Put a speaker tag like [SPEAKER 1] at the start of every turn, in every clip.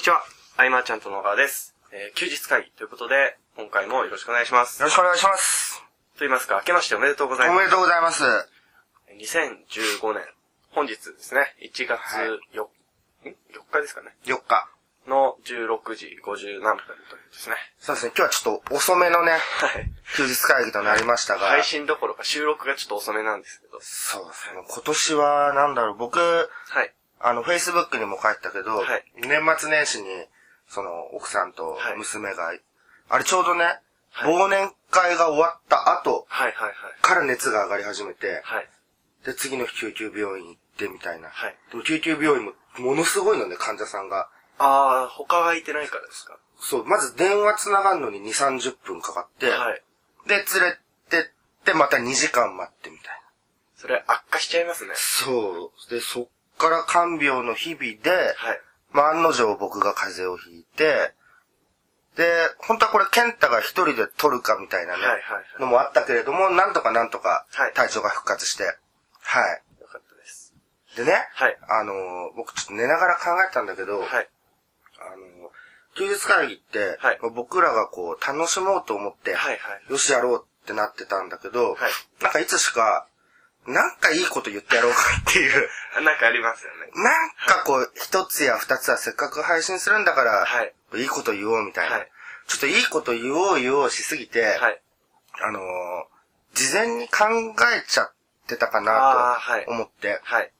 [SPEAKER 1] ちは。アイマーちゃんと野川です。えー休日会議ということで、今回もよろしくお願いします。
[SPEAKER 2] よろしくお願いします。
[SPEAKER 1] と言いますか、明けましておめでとうござい
[SPEAKER 2] お
[SPEAKER 1] ま
[SPEAKER 2] めでとうございます。
[SPEAKER 1] す。2015年、本日ですね、1月4、ん ?4 日ですかね。
[SPEAKER 2] 4日。
[SPEAKER 1] の16時57分というですね。
[SPEAKER 2] そうですね、今日はちょっと遅めのね、
[SPEAKER 1] はい。
[SPEAKER 2] 休日会議となりましたが、
[SPEAKER 1] 配信どころか収録がちょっと遅めなんですけど。
[SPEAKER 2] そうですね、今年はなんだろう、僕、
[SPEAKER 1] はい。
[SPEAKER 2] あの、Facebook にも書いてたけど、
[SPEAKER 1] はい
[SPEAKER 2] 年末年始に、その、奥さんと
[SPEAKER 1] はい
[SPEAKER 2] 娘が、あれちょうどね、
[SPEAKER 1] はい
[SPEAKER 2] 忘年会が終わった後
[SPEAKER 1] はいはいはい。
[SPEAKER 2] から熱が上がり始めて、
[SPEAKER 1] はい。
[SPEAKER 2] で、次の日救急病院行ってみたいな。
[SPEAKER 1] はい
[SPEAKER 2] でも救急病院もものすごいのね、患者さんが。
[SPEAKER 1] あー、他が空いてないからですか。
[SPEAKER 2] そう、まず電話つながるのに2、30分かかって、
[SPEAKER 1] はい。
[SPEAKER 2] で、連れてって、また2時間待ってみたいな。
[SPEAKER 1] それ悪化しちゃいますね。
[SPEAKER 2] そう。で、そっから看病の日々で、
[SPEAKER 1] はい。
[SPEAKER 2] まあ、案の定僕が風邪をひいて、で、本当はこれ、健太が一人で取るかみたいなね、
[SPEAKER 1] はいはいはい
[SPEAKER 2] のもあったけれども、なんとかなんとか
[SPEAKER 1] はい、
[SPEAKER 2] 体調が復活して、はい。
[SPEAKER 1] よかったです。
[SPEAKER 2] でね、
[SPEAKER 1] はい
[SPEAKER 2] あのー僕ちょっと寝ながら考えたんだけど、
[SPEAKER 1] はい。
[SPEAKER 2] あの、休日会議って、
[SPEAKER 1] はい
[SPEAKER 2] まあ僕らがこう、楽しもうと思って、
[SPEAKER 1] はいはい
[SPEAKER 2] よしやろうってなってたんだけど、
[SPEAKER 1] はい
[SPEAKER 2] なんかいつしか、なんかいいこと言ってやろうか っていう、
[SPEAKER 1] あなんかありますよね。
[SPEAKER 2] なんかこう、一つや二つはせっかく配信するんだから、
[SPEAKER 1] はい
[SPEAKER 2] い、いこと言おうみたいな、
[SPEAKER 1] はい
[SPEAKER 2] ちょっといいこと言おう言おうしすぎて、
[SPEAKER 1] はい。
[SPEAKER 2] あのー事前に考えちゃってたか
[SPEAKER 1] あ
[SPEAKER 2] な
[SPEAKER 1] ーはい
[SPEAKER 2] と思って、
[SPEAKER 1] はい。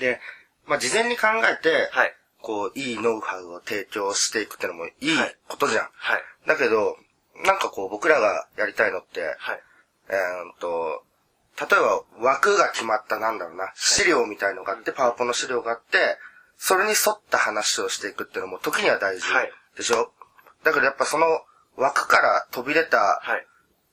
[SPEAKER 2] で、まあ、事前に考えて、
[SPEAKER 1] はい。
[SPEAKER 2] こう、いいノウハウを提供していくってのもいい
[SPEAKER 1] はい
[SPEAKER 2] ことじゃん。
[SPEAKER 1] はい。
[SPEAKER 2] だけど、なんかこう、僕らがやりたいのって、
[SPEAKER 1] はい。
[SPEAKER 2] えー、っと、例えば枠が決まったなんだろうな、資料みたいのがあって、パワポの資料があって、それに沿った話をしていくっていうのも時には大事
[SPEAKER 1] はい
[SPEAKER 2] でしょ、だけどやっぱその枠から飛び出た
[SPEAKER 1] はい。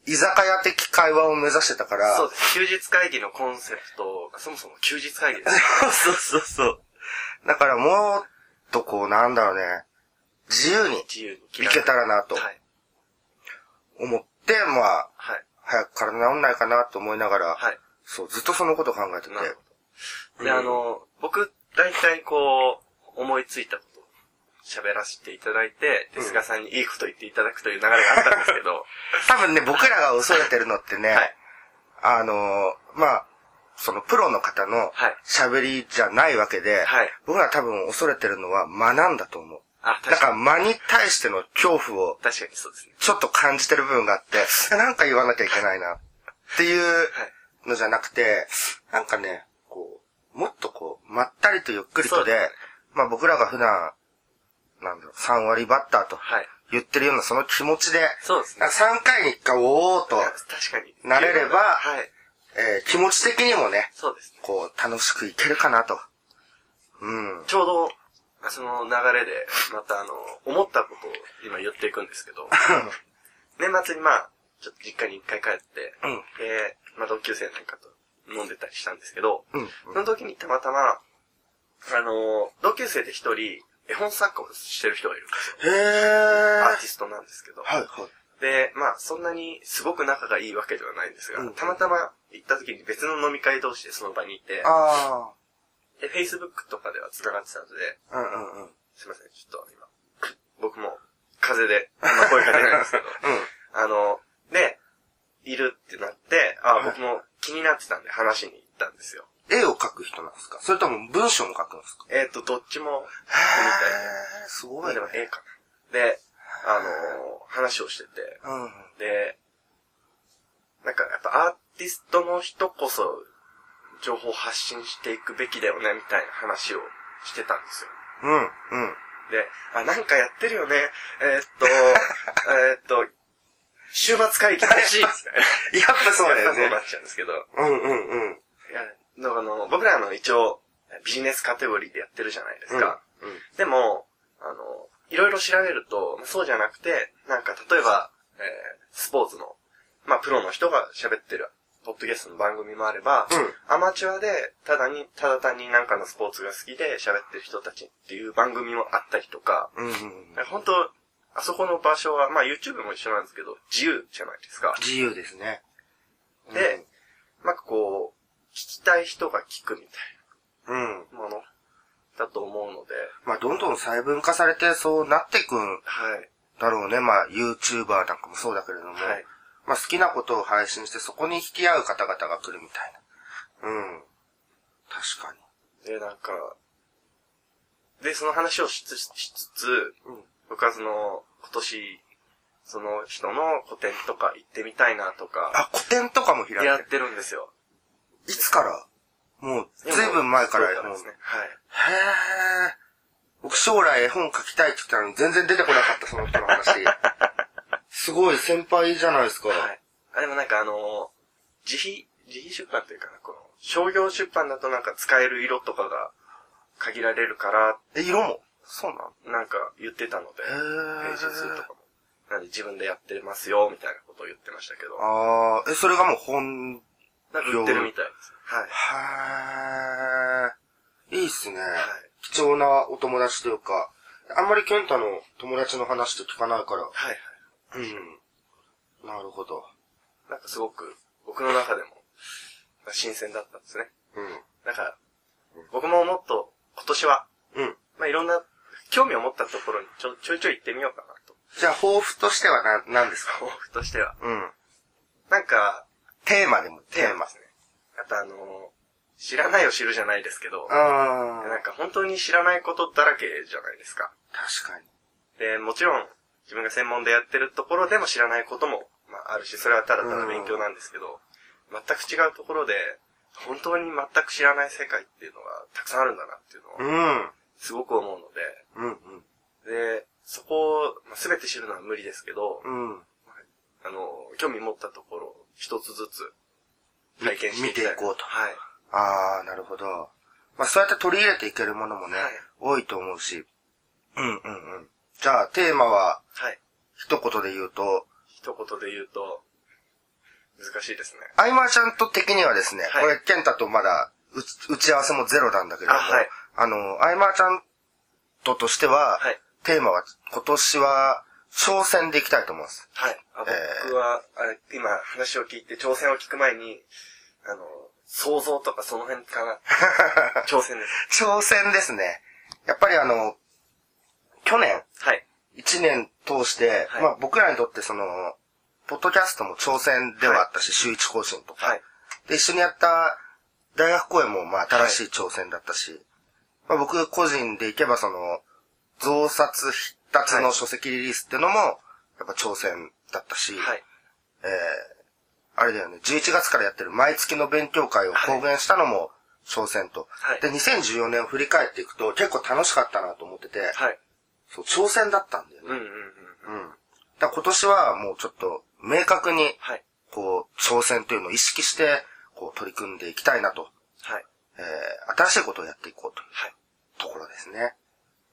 [SPEAKER 2] 居酒屋的会話を目指してたから、
[SPEAKER 1] そうです。休日会議のコンセプトがそもそも休日会議です。
[SPEAKER 2] そうそうそう。だからもっとこうなんだろうね、自由に
[SPEAKER 1] 自由に気
[SPEAKER 2] い
[SPEAKER 1] 楽に。
[SPEAKER 2] けたらなと
[SPEAKER 1] はい。
[SPEAKER 2] 思って、まあ、
[SPEAKER 1] はい。
[SPEAKER 2] 早く体治んないかなと思いながら、
[SPEAKER 1] はい。
[SPEAKER 2] そう、ずっとそのことを考えてて
[SPEAKER 1] な。るほど。で、
[SPEAKER 2] うん
[SPEAKER 1] あの、僕、大体こう、思いついたことを喋らせていただいて、手塚さんにいいこと言っていただくという流れがあったんですけ ど、
[SPEAKER 2] 多分ね、僕らが恐れてるのってね、
[SPEAKER 1] はい。
[SPEAKER 2] あのーまあ、そのプロの方の
[SPEAKER 1] はい
[SPEAKER 2] 喋りじゃないわけで、
[SPEAKER 1] はい
[SPEAKER 2] 僕ら多分恐れてるのは間なんだと思う。
[SPEAKER 1] あ、
[SPEAKER 2] だ
[SPEAKER 1] 確
[SPEAKER 2] か
[SPEAKER 1] からに。
[SPEAKER 2] 間に対しての恐怖を
[SPEAKER 1] 確かにそうですね。
[SPEAKER 2] ちょっと感じてる部分があって、なんか言わなきゃいけないなっていう
[SPEAKER 1] はい。
[SPEAKER 2] のじゃなくて、なんかね、こう、もっとこう、まったりとゆっくり
[SPEAKER 1] そ
[SPEAKER 2] と
[SPEAKER 1] う
[SPEAKER 2] で、
[SPEAKER 1] だね
[SPEAKER 2] まあ僕らが普段、なんだろう、3割バッターと
[SPEAKER 1] はい。
[SPEAKER 2] 言ってるようなその気持ちで、
[SPEAKER 1] そうですね。
[SPEAKER 2] 3回に1回おーっと、
[SPEAKER 1] 確かに。
[SPEAKER 2] 慣れれば
[SPEAKER 1] はい。
[SPEAKER 2] えー気持ち的にもね、
[SPEAKER 1] そうですね。
[SPEAKER 2] こう、楽しくいけるかなと。うん。
[SPEAKER 1] ちょうど、その流れで、またあの、思ったことを今言っていくんですけ ど、年末にまあ、ちょっと実家に一回帰って、
[SPEAKER 2] うん
[SPEAKER 1] で、まあ同級生なんかと飲んでたりしたんですけど、
[SPEAKER 2] うん。
[SPEAKER 1] その時にたまたま、あの、同級生で一人、絵本作家をしてる人がいるんですよ。
[SPEAKER 2] へー。
[SPEAKER 1] アーティストなんですけど。
[SPEAKER 2] はい、はい。
[SPEAKER 1] で、まあ、そんなにすごく仲がいいわけではないんですが、
[SPEAKER 2] うん
[SPEAKER 1] たまたま行った時に別の飲み会同士でその場にいて、
[SPEAKER 2] あ
[SPEAKER 1] で、Facebook とかでは繋がってたので、
[SPEAKER 2] ー。うんうんうん。
[SPEAKER 1] すいません、ちょっと今、僕も風邪で、あんま声が出ないんですけど、あの、で、いるってなって、あ、僕も気になってたんで話しに行ったんですよ。
[SPEAKER 2] うん。絵を描く人なんですかそれとも文章も描くんですか
[SPEAKER 1] えっ、と、どっちも、
[SPEAKER 2] へー。す
[SPEAKER 1] みた
[SPEAKER 2] ご
[SPEAKER 1] いな。
[SPEAKER 2] い
[SPEAKER 1] で
[SPEAKER 2] ね
[SPEAKER 1] も。絵かな。で、あの話をしてて、
[SPEAKER 2] うん。うん。
[SPEAKER 1] で、なんかやっぱアーティストの人こそ、情報発信していくべきだよね、みたいな話をしてたんですよ。
[SPEAKER 2] うん。
[SPEAKER 1] で、あ、なんかやってるよね。えーっ と、えーっと、週末会議楽しいですね。
[SPEAKER 2] やっぱそうだ
[SPEAKER 1] や
[SPEAKER 2] よ
[SPEAKER 1] っぱ そう
[SPEAKER 2] ね
[SPEAKER 1] な。っちゃうんですけど。い
[SPEAKER 2] うんうんうん。
[SPEAKER 1] や、だからあの、僕らあの一応、ビジネスカテゴリーでやってるじゃないですか。
[SPEAKER 2] うんうん
[SPEAKER 1] でも、あの、いろいろ調べると、まあそうじゃなくて、なんか例えば、えースポーツの、まあプロの人が喋ってる、ポッドキャストの番組もあれば、
[SPEAKER 2] うん
[SPEAKER 1] アマチュアで、ただに、ただ単になんかのスポーツが好きで喋ってる人たちっていう番組もあったりとか、
[SPEAKER 2] うんうん。
[SPEAKER 1] 本当あそこの場所は、まあ YouTube も一緒なんですけど、自由じゃないですか。
[SPEAKER 2] 自由ですね。
[SPEAKER 1] で、なんかこう、聞きたい人が聞くみたい
[SPEAKER 2] うん、うん。
[SPEAKER 1] なものだと思うので、
[SPEAKER 2] まあ、どんどん細分化されて、そうなっていくん
[SPEAKER 1] はい。
[SPEAKER 2] だろうね。まあ、YouTuber なんかもそうだけれども。
[SPEAKER 1] はい。
[SPEAKER 2] まあ、好きなことを配信して、そこに引き合う方々が来るみたいな。うん。確かに。
[SPEAKER 1] で、なんか、で、その話をしつしつつ、僕はその、今年、その人の個展とか行ってみたいなとか、
[SPEAKER 2] あ、古典とかも開いて
[SPEAKER 1] やっ
[SPEAKER 2] る。
[SPEAKER 1] てるんですよ。
[SPEAKER 2] いつからもう、ずいぶん前から
[SPEAKER 1] で
[SPEAKER 2] 絵
[SPEAKER 1] もそうなん
[SPEAKER 2] 本。
[SPEAKER 1] です
[SPEAKER 2] へ
[SPEAKER 1] ね。はい。
[SPEAKER 2] ー。僕将来絵本書きたいって言ったのに全然出てこなかった、その人 の話。すごい先輩じゃないですか。
[SPEAKER 1] はい。あ、でもなんかあのー自費、自費出版というかな、この、商業出版だとなんか使える色とかが限られるから、
[SPEAKER 2] え、色もそうなの
[SPEAKER 1] なんか言ってたので、
[SPEAKER 2] へー
[SPEAKER 1] ページ数とかも。なんで自分でやってますよ、みたいなことを言ってましたけど、
[SPEAKER 2] あー、え、それがもう本、
[SPEAKER 1] なんか売ってるみたいです。はい。
[SPEAKER 2] はー。いいっすね。
[SPEAKER 1] はい。
[SPEAKER 2] 貴重なお友達というか、あんまり健太の友達の話って聞かないから。
[SPEAKER 1] はいはい。
[SPEAKER 2] うん。なるほど。
[SPEAKER 1] なんかすごく、僕の中でも、新鮮だったんですね。
[SPEAKER 2] う
[SPEAKER 1] なんか、僕ももっと、今年は、
[SPEAKER 2] ん。うん。
[SPEAKER 1] まあいろんな、興味を持ったところにちょちょいちょい行ってみようかなと。
[SPEAKER 2] じゃあ、抱負としてはな、何ですか
[SPEAKER 1] 抱負としては。
[SPEAKER 2] うん。
[SPEAKER 1] なんか、
[SPEAKER 2] テーマでも、テーマ。
[SPEAKER 1] ね。あとあのー知らないを知るじゃないですけど、
[SPEAKER 2] あ
[SPEAKER 1] なんか本当に知らないことだらけじゃないですか。
[SPEAKER 2] 確かに。
[SPEAKER 1] で、もちろん、自分が専門でやってるところでも知らないことも、まあ、あるし、それはただただ勉強なんですけど、全く違うところで、本当に全く知らない世界っていうのがたくさんあるんだなっていうのは、
[SPEAKER 2] ん。
[SPEAKER 1] すごく思うの
[SPEAKER 2] うん、
[SPEAKER 1] で、で、そこを、まあ、全て知るのは無理ですけど、
[SPEAKER 2] うん。うん。
[SPEAKER 1] あの、興味持ったところを一つずつ体験していきたい。
[SPEAKER 2] 見ていこうと
[SPEAKER 1] はい。
[SPEAKER 2] ああ、なるほど。まあ、そうやって取り入れていけるものもね、
[SPEAKER 1] はい
[SPEAKER 2] 多いと思うし。うん、うん、うん。じゃあ、テーマは、
[SPEAKER 1] はい。
[SPEAKER 2] 一言で言うと、
[SPEAKER 1] 一言で言うと、難しいですね。
[SPEAKER 2] アイマーちゃんと的にはですね、
[SPEAKER 1] はい
[SPEAKER 2] これ、ケンタとまだ打ち、打ち合わせもゼロなんだけれども、
[SPEAKER 1] あ
[SPEAKER 2] あ,、
[SPEAKER 1] はい
[SPEAKER 2] の、アイマーちゃんととしては、
[SPEAKER 1] はい
[SPEAKER 2] テーマは、今年は、挑戦でいきたいと思うんです。
[SPEAKER 1] はい。あ
[SPEAKER 2] えー
[SPEAKER 1] 僕は、あれ今話を聞いて、挑戦を聞く前に、あの、想像とかその辺かな。挑戦です。
[SPEAKER 2] 挑戦ですね。やっぱりあの、去年、
[SPEAKER 1] はい。
[SPEAKER 2] 一年通して、
[SPEAKER 1] はい
[SPEAKER 2] まあ僕らにとってその、ポッドキャストも挑戦ではあったし、週一更新とか、
[SPEAKER 1] はい。
[SPEAKER 2] で、一緒にやった大学公演もまあ新しい挑戦だったし、まあ僕個人でいけばその、増刷必達の書籍リリースってのも、やっぱ挑戦だったし、
[SPEAKER 1] はい。
[SPEAKER 2] えー、あれだよね、11月からやってる毎月の勉強会を公言したのも挑戦と。
[SPEAKER 1] はい
[SPEAKER 2] で、2014年を振り返っていくと結構楽しかったなと思ってて、
[SPEAKER 1] はい。
[SPEAKER 2] そう、挑戦だったんだよね。
[SPEAKER 1] うんうんうん。
[SPEAKER 2] うん。だから今年はもうちょっと明確に、
[SPEAKER 1] はい。
[SPEAKER 2] こう、挑戦というのを意識して、こう、取り組んでいきたいなと。
[SPEAKER 1] はい。
[SPEAKER 2] えー、新しいことをやっていこうという
[SPEAKER 1] はい。
[SPEAKER 2] ところですね。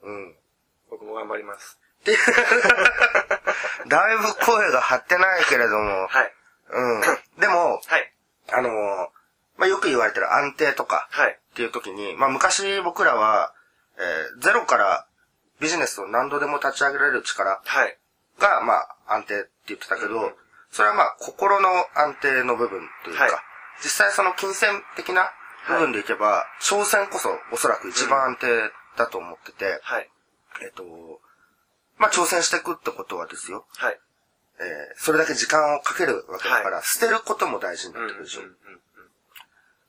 [SPEAKER 2] うん。
[SPEAKER 1] 僕も頑張ります。
[SPEAKER 2] だいぶ声が張ってないけれども、
[SPEAKER 1] はい。
[SPEAKER 2] うん。でも、
[SPEAKER 1] はい。
[SPEAKER 2] あのーまあ、よく言われてる安定とか
[SPEAKER 1] はい。
[SPEAKER 2] っていう時に、まあ、昔僕らは、えーゼロからビジネスを何度でも立ち上げられる力
[SPEAKER 1] はい。
[SPEAKER 2] が、まあ、安定って言ってたけど、
[SPEAKER 1] うん
[SPEAKER 2] それはまあ、心の安定の部分というか、
[SPEAKER 1] はい
[SPEAKER 2] 実際その金銭的な部分でいけば、挑戦こそおそらく一番安定だと思ってて、
[SPEAKER 1] はい。
[SPEAKER 2] えっと、まあ、挑戦していくってことはですよ、
[SPEAKER 1] はい。
[SPEAKER 2] えーそれだけ時間をかけるわけだから、
[SPEAKER 1] は
[SPEAKER 2] 捨てることも大事になってくるでしょ。
[SPEAKER 1] うん。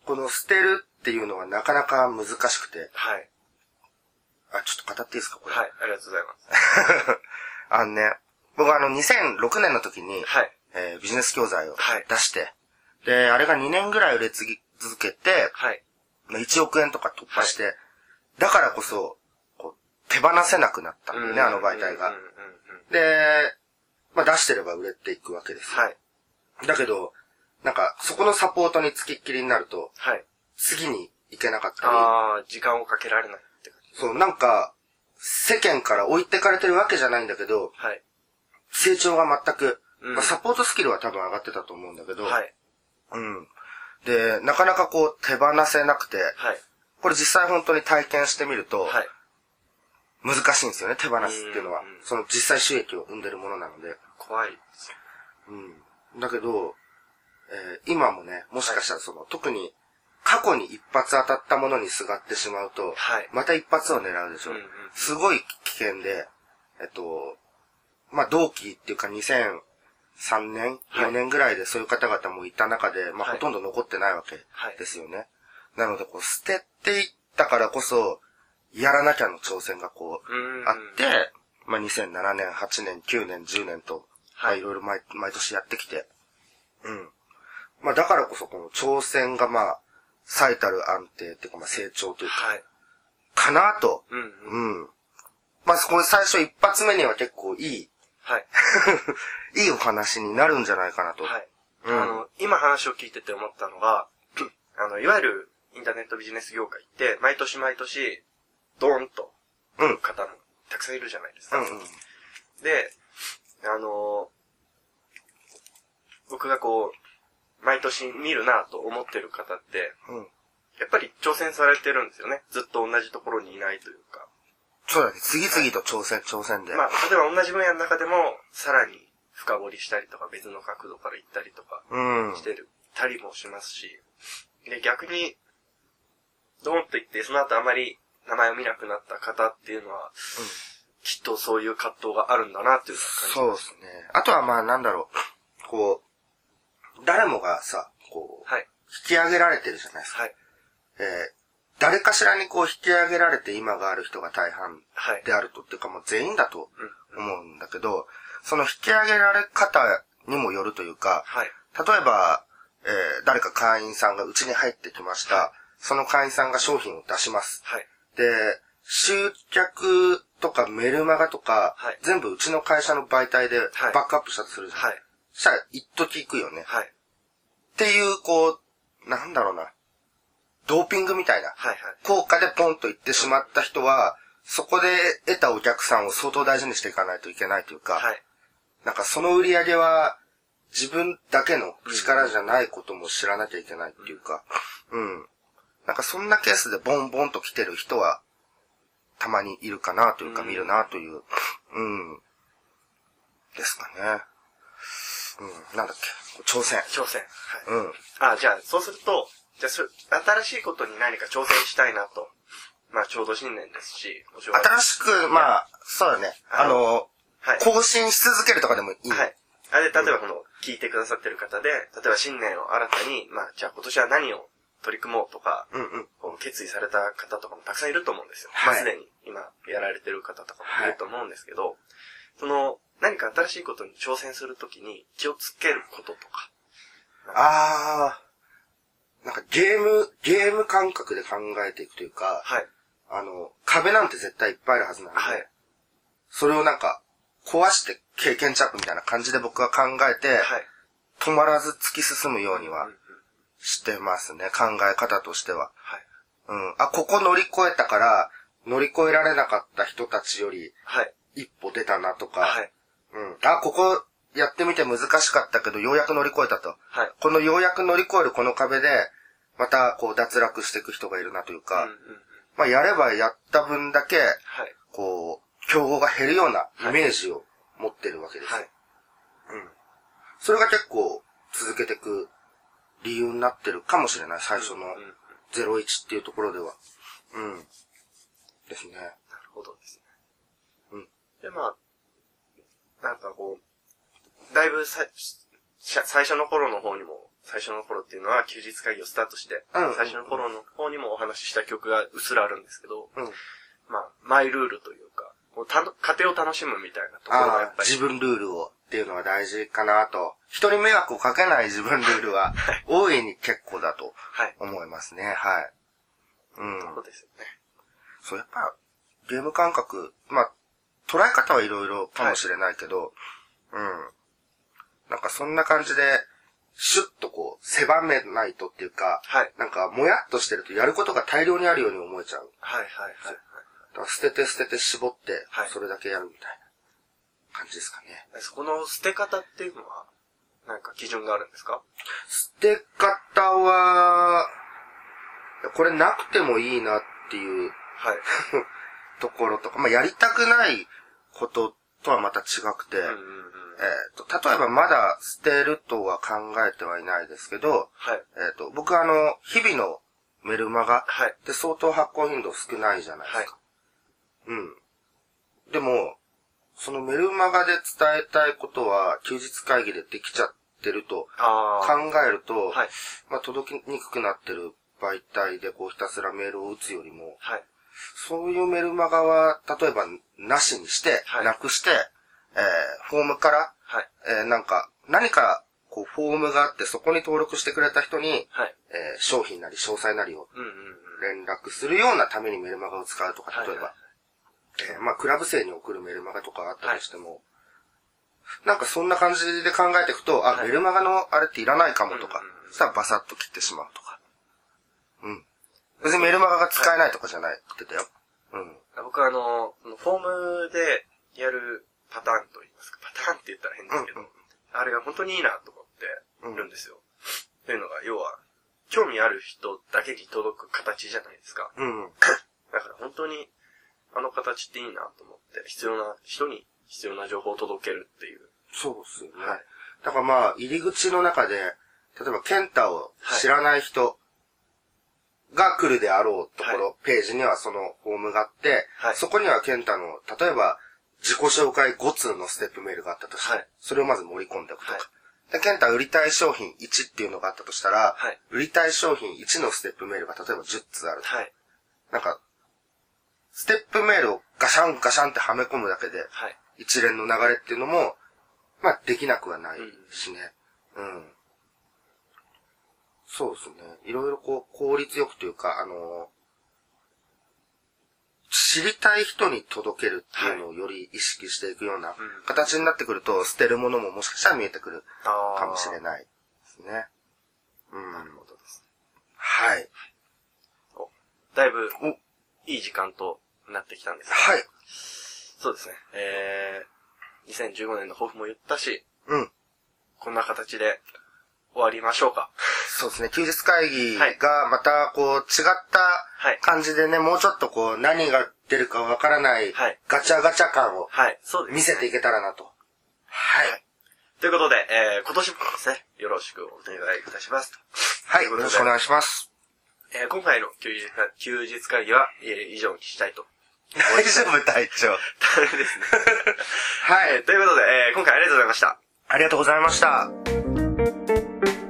[SPEAKER 2] この捨てるっていうのはなかなか難しくて、
[SPEAKER 1] はい。
[SPEAKER 2] あ、ちょっと語っていいですか、これ。
[SPEAKER 1] はい。ありがとうございます。
[SPEAKER 2] あのね、僕あの2006年の時に、
[SPEAKER 1] はい。
[SPEAKER 2] えービジネス教材を
[SPEAKER 1] はい
[SPEAKER 2] 出して、で、あれが2年ぐらい売れ継ぎ続けて、
[SPEAKER 1] はい。
[SPEAKER 2] まあ1億円とか突破して、だからこそ、こう、手放せなくなったんだよね、あの媒体
[SPEAKER 1] うん
[SPEAKER 2] が
[SPEAKER 1] うん。うん。
[SPEAKER 2] で、まあ出してれば売れていくわけですよ。
[SPEAKER 1] はい。
[SPEAKER 2] だけど、なんか、そこのサポートにつきっきりになると、
[SPEAKER 1] はい。
[SPEAKER 2] 次に行けなかった
[SPEAKER 1] あー、時間をかけられないって感じ。
[SPEAKER 2] り、そう、なんか、世間から置いてかれてるわけじゃないんだけど、
[SPEAKER 1] はい。
[SPEAKER 2] 成長が全く、
[SPEAKER 1] うん
[SPEAKER 2] まあ、サポートスキルは多分上がってたと思うんだけど、
[SPEAKER 1] はい。
[SPEAKER 2] うん。で、なかなかこう手放せなくて、
[SPEAKER 1] はい。
[SPEAKER 2] これ実際本当に体験してみると、
[SPEAKER 1] はい。
[SPEAKER 2] 難しいんですよね、手放すっていうのは
[SPEAKER 1] うん。
[SPEAKER 2] その実際収益を生んでるものなので。
[SPEAKER 1] 怖いですよ。
[SPEAKER 2] うん。だけど、えー今もね、もしかしたらその、特に過去に一発当たったものにすがってしまうと、
[SPEAKER 1] はい
[SPEAKER 2] また一発を狙うでしょ。
[SPEAKER 1] うんうん
[SPEAKER 2] すごい危険で、えっと、まあ、同期っていうか2003年、
[SPEAKER 1] はい
[SPEAKER 2] 4年ぐらいでそういう方々もいた中で、まあ、
[SPEAKER 1] はい
[SPEAKER 2] ほとんど残ってないわけ
[SPEAKER 1] はい
[SPEAKER 2] ですよね。なので、こう、捨てていったからこそ、やらなきゃの挑戦がこう、
[SPEAKER 1] うん
[SPEAKER 2] あって、まあ、2007年、8年、9年、10年と、
[SPEAKER 1] はい
[SPEAKER 2] まあいろいろ毎毎年やってきて、うん。まあ、だからこそ、この挑戦が、まあ、最たる安定っていうか、まあ、成長というか、
[SPEAKER 1] はい。
[SPEAKER 2] かなと、
[SPEAKER 1] うんうん。
[SPEAKER 2] うん。まあ、そこで最初一発目には結構いい、
[SPEAKER 1] はい。
[SPEAKER 2] いいお話になるんじゃないかなと。
[SPEAKER 1] はい。
[SPEAKER 2] うん
[SPEAKER 1] あの、今話を聞いてて思ったのが、 あの、いわゆるインターネットビジネス業界って、毎年毎年、ドーンと、
[SPEAKER 2] うん
[SPEAKER 1] 方もたくさんいるじゃないです
[SPEAKER 2] う
[SPEAKER 1] か。
[SPEAKER 2] んうん。
[SPEAKER 1] で、あの僕がこう、毎年見るなと思ってる方って、
[SPEAKER 2] うん。
[SPEAKER 1] やっぱり挑戦されてるんですよね。ずっと同じところにいないというか。
[SPEAKER 2] そうだね。次々と挑戦、挑戦で。
[SPEAKER 1] まあ、例えば同じ分野の中でも、さらに深掘りしたりとか、別の角度から行ったりとか、
[SPEAKER 2] うん。
[SPEAKER 1] してる、たりもしますし、で、逆に、ドーンと言って、その後あまり名前を見なくなった方っていうのは、きっとそういう葛藤があるんだなっていうのは
[SPEAKER 2] そうですね。あとはまあなんだろう。こう、誰もがさ、こう、
[SPEAKER 1] 感じ
[SPEAKER 2] 引き上げられてるじゃないですか。
[SPEAKER 1] はい。はい。
[SPEAKER 2] えー誰かしらにこう引き上げられて今がある人が大半
[SPEAKER 1] はい。
[SPEAKER 2] であるとっていうかもう全員だと
[SPEAKER 1] うん。
[SPEAKER 2] 思うんだけど、その引き上げられ方にもよるというか、
[SPEAKER 1] はい。
[SPEAKER 2] 例えば、えー誰か会員さんがうちに入ってきました。
[SPEAKER 1] は
[SPEAKER 2] その会員さんが商品を出します。
[SPEAKER 1] はい。
[SPEAKER 2] で、集客とかメルマガとか、
[SPEAKER 1] はい
[SPEAKER 2] 全部うちの会社の媒体で
[SPEAKER 1] はい
[SPEAKER 2] バックアップしたとするじゃん。
[SPEAKER 1] はい。
[SPEAKER 2] したら、一時行くよね。
[SPEAKER 1] はい。
[SPEAKER 2] っていう、こう、なんだろうな。ドーピングみたいな。
[SPEAKER 1] はい。はい。
[SPEAKER 2] 効果でポンと行ってしまった人は、そこで得たお客さんを相当大事にしていかないといけないというか、
[SPEAKER 1] はい。
[SPEAKER 2] なんかその売り上げは自分だけの力じゃないことも知らなきゃいけないっていうか、うん。なんかそんなケースでボンボンと来てる人は、たまにいるかなというか、
[SPEAKER 1] うん
[SPEAKER 2] 見るなという、うん。ですかね。うん、なんだっけ、挑戦。
[SPEAKER 1] 挑戦。
[SPEAKER 2] う
[SPEAKER 1] はい。
[SPEAKER 2] ん。
[SPEAKER 1] あ、じゃあ、そうすると、じゃあそ、新しいことに何か挑戦したいなと。まあ、ちょうど新年ですし、お正
[SPEAKER 2] 新しく、まあ、そうだね。あの、
[SPEAKER 1] はい。
[SPEAKER 2] 更新し続けるとかでもいい。
[SPEAKER 1] はい。あれ、例えばこの、聞いてくださってる方で、例えば新年を新たに、まあ、じゃあ今年は何を取り組もうとか、
[SPEAKER 2] うんうん。
[SPEAKER 1] こう決意された方とかもたくさんいると思うんですよ。
[SPEAKER 2] はい
[SPEAKER 1] まあ、すでに今やられてる方とかもいると思うんですけど、その、何か新しいことに挑戦するときに気をつけることとか。
[SPEAKER 2] あー、なんかゲーム、ゲーム感覚で考えていくというか、
[SPEAKER 1] はい。
[SPEAKER 2] あの、壁なんて絶対いっぱいあるはずなんで、
[SPEAKER 1] はい。
[SPEAKER 2] それをなんか、壊して経験チャップみたいな感じで僕は考えて、
[SPEAKER 1] はい。
[SPEAKER 2] 止まらず突き進むように
[SPEAKER 1] う
[SPEAKER 2] は
[SPEAKER 1] んうん
[SPEAKER 2] してますね、考え方としては。
[SPEAKER 1] はい。
[SPEAKER 2] うん。あ、ここ乗り越えたから、乗り越えられなかった人たちより
[SPEAKER 1] はい。
[SPEAKER 2] 一歩出たなとか、
[SPEAKER 1] はい。
[SPEAKER 2] うん。あ、ここやってみて難しかったけど、ようやく乗り越えたと。
[SPEAKER 1] はい。
[SPEAKER 2] このようやく乗り越えるこの壁で、またこう脱落していく人がいるなというか、
[SPEAKER 1] うんうんうん
[SPEAKER 2] まあやればやった分だけ、
[SPEAKER 1] はい。
[SPEAKER 2] こう、競合が減るようなイメージを持ってるわけです。
[SPEAKER 1] はい。
[SPEAKER 2] それが結構続けていく理由になってるかもしれない、最初の
[SPEAKER 1] うんうんなる
[SPEAKER 2] 01っていうところでは。うん。ですね。
[SPEAKER 1] ほどですね。
[SPEAKER 2] うん。
[SPEAKER 1] で、まあ、なんかこう、だいぶさ、し最初の頃の方にも、最初の頃っていうのは休日会議をスタートして、
[SPEAKER 2] うん
[SPEAKER 1] 最初の頃の方にもお話しした曲がうっすらあるんですけど、
[SPEAKER 2] うん。
[SPEAKER 1] まあ、マイルールというか、こうたの家庭を楽しむみたいなところがやっ
[SPEAKER 2] ああ、
[SPEAKER 1] ぱり、
[SPEAKER 2] 自分ルールをっていうのは大事かなと。人に迷惑をかけない自分ルールは、大いに結構だと
[SPEAKER 1] はい。
[SPEAKER 2] 思いますね。はい。うん。
[SPEAKER 1] そうですよね。
[SPEAKER 2] そう、やっぱ、ゲーム感覚、まあ、捉え方はいろいろかもしれないけど、うん。なんかそんな感じで、シュッとこう、狭めないとっていうか、
[SPEAKER 1] はい。
[SPEAKER 2] なんか、もやっとしてるとやることが大量にあるように思えちゃう。
[SPEAKER 1] はいはいはい。
[SPEAKER 2] だから捨てて捨てて絞って
[SPEAKER 1] はい、
[SPEAKER 2] それだけやるみたいな感じですかね。
[SPEAKER 1] はい、そこの捨て方っていうのは、なんか基準があるんですか
[SPEAKER 2] 捨て方は、これなくてもいいなっていう
[SPEAKER 1] はい。
[SPEAKER 2] ところとか、まあ、やりたくないこととはまた違くて、
[SPEAKER 1] うんうんうん。
[SPEAKER 2] えっ、と、例えばまだ捨てるとは考えてはいないですけど、
[SPEAKER 1] はい。
[SPEAKER 2] えっ、と、僕はあの、日々のメルマガ
[SPEAKER 1] はい。
[SPEAKER 2] って相当発行頻度少ないじゃないですか。
[SPEAKER 1] はい。
[SPEAKER 2] うん。でも、そのメルマガで伝えたいことは、休日会議でできちゃってると
[SPEAKER 1] あ
[SPEAKER 2] 考
[SPEAKER 1] あ。
[SPEAKER 2] えると、
[SPEAKER 1] はい。
[SPEAKER 2] まあ、届きにくくなってる媒体でこうひたすらメールを打つよりも、
[SPEAKER 1] はい。
[SPEAKER 2] そういうメルマガは、例えば、なしにして、
[SPEAKER 1] はい
[SPEAKER 2] なくして、えーフォームから、
[SPEAKER 1] はい。
[SPEAKER 2] えーなんか、何か、こう、フォームがあって、そこに登録してくれた人に、
[SPEAKER 1] はい。
[SPEAKER 2] えー商品なり、詳細なりを
[SPEAKER 1] うんうんうん。
[SPEAKER 2] 連絡するようなためにメルマガを使うとか、
[SPEAKER 1] はい
[SPEAKER 2] 例えば、えーまあ、クラブ生に送るメルマガとかあったとしても、なんかそんな感じで考えていくと、あ、
[SPEAKER 1] はい
[SPEAKER 2] メルマガのあれっていらないかもとか
[SPEAKER 1] うんうんう、ん
[SPEAKER 2] そしたらバサッと切ってしまうとか。うん。別にメルマガが使えないとかじゃないって言ってたよ。うん。
[SPEAKER 1] 僕はあの、そのフォームでやるパターンと言いますか、パターンって言ったら変ですけど、
[SPEAKER 2] うんうん
[SPEAKER 1] あれが本当にいいなと思ってるんですよ。というのが、要は、興味ある人だけに届く形じゃないですか。
[SPEAKER 2] うん。うん。
[SPEAKER 1] だから本当に、あの形っていいなと思って、必要な人に必要な情報を届けるっていう。
[SPEAKER 2] そうですよね。
[SPEAKER 1] はい
[SPEAKER 2] だからまあ、入り口の中で、例えば、ケンタを知らない人が来るであろうところ、ページにはそのフォームがあって、
[SPEAKER 1] はい
[SPEAKER 2] そこにはケンタの、例えば、自己紹介5通のステップメールがあったとして、
[SPEAKER 1] はい
[SPEAKER 2] それをまず盛り込んでおくと
[SPEAKER 1] は
[SPEAKER 2] か。
[SPEAKER 1] い
[SPEAKER 2] で、ケンタ売りたい商品1っていうのがあったとしたら、
[SPEAKER 1] はい
[SPEAKER 2] 売りたい商品1のステップメールが例えば10通あると。
[SPEAKER 1] はい。
[SPEAKER 2] なんか、ステップメールをガシャンガシャンってはめ込むだけで、
[SPEAKER 1] はい。
[SPEAKER 2] 一連の流れっていうのも、まあ、できなくはないしね。うん。そうですね。いろいろこう、効率よくというか、あの知りたい人に届けるっていうのをより意識していくような
[SPEAKER 1] うん
[SPEAKER 2] 形になってくると、捨てるものももしかしたら見えてくる
[SPEAKER 1] あ
[SPEAKER 2] かもしれ
[SPEAKER 1] い。
[SPEAKER 2] ないですね。うん。
[SPEAKER 1] なるほどです
[SPEAKER 2] はい。
[SPEAKER 1] ね。お、だいぶ
[SPEAKER 2] お、はい。
[SPEAKER 1] いい時間となってきたんですがそうですね。えー、2015年の抱負も言ったし、
[SPEAKER 2] うん。
[SPEAKER 1] こんな形で終わりましょうか。
[SPEAKER 2] そうですね。休日会議
[SPEAKER 1] はい
[SPEAKER 2] がまたこう、違った、
[SPEAKER 1] はい。
[SPEAKER 2] 感じでね、もうちょっとこう、何が出るかわからない
[SPEAKER 1] はい、
[SPEAKER 2] ガチャガチャ感を
[SPEAKER 1] はい。そうです、ね。
[SPEAKER 2] 見せていけたらなと。はい。
[SPEAKER 1] ということで、えー、今年もですね、よろしくお願いいたします。
[SPEAKER 2] はい、
[SPEAKER 1] という
[SPEAKER 2] よ
[SPEAKER 1] ことで
[SPEAKER 2] ろしくお願いします。
[SPEAKER 1] えー、今回の休日会休日会議は、えー以上にしたいと。
[SPEAKER 2] 大丈夫、隊長。
[SPEAKER 1] ダメですね。
[SPEAKER 2] は
[SPEAKER 1] え
[SPEAKER 2] い
[SPEAKER 1] ー、ということで、えー、今回ありがとうございました。
[SPEAKER 2] ありがとうございました。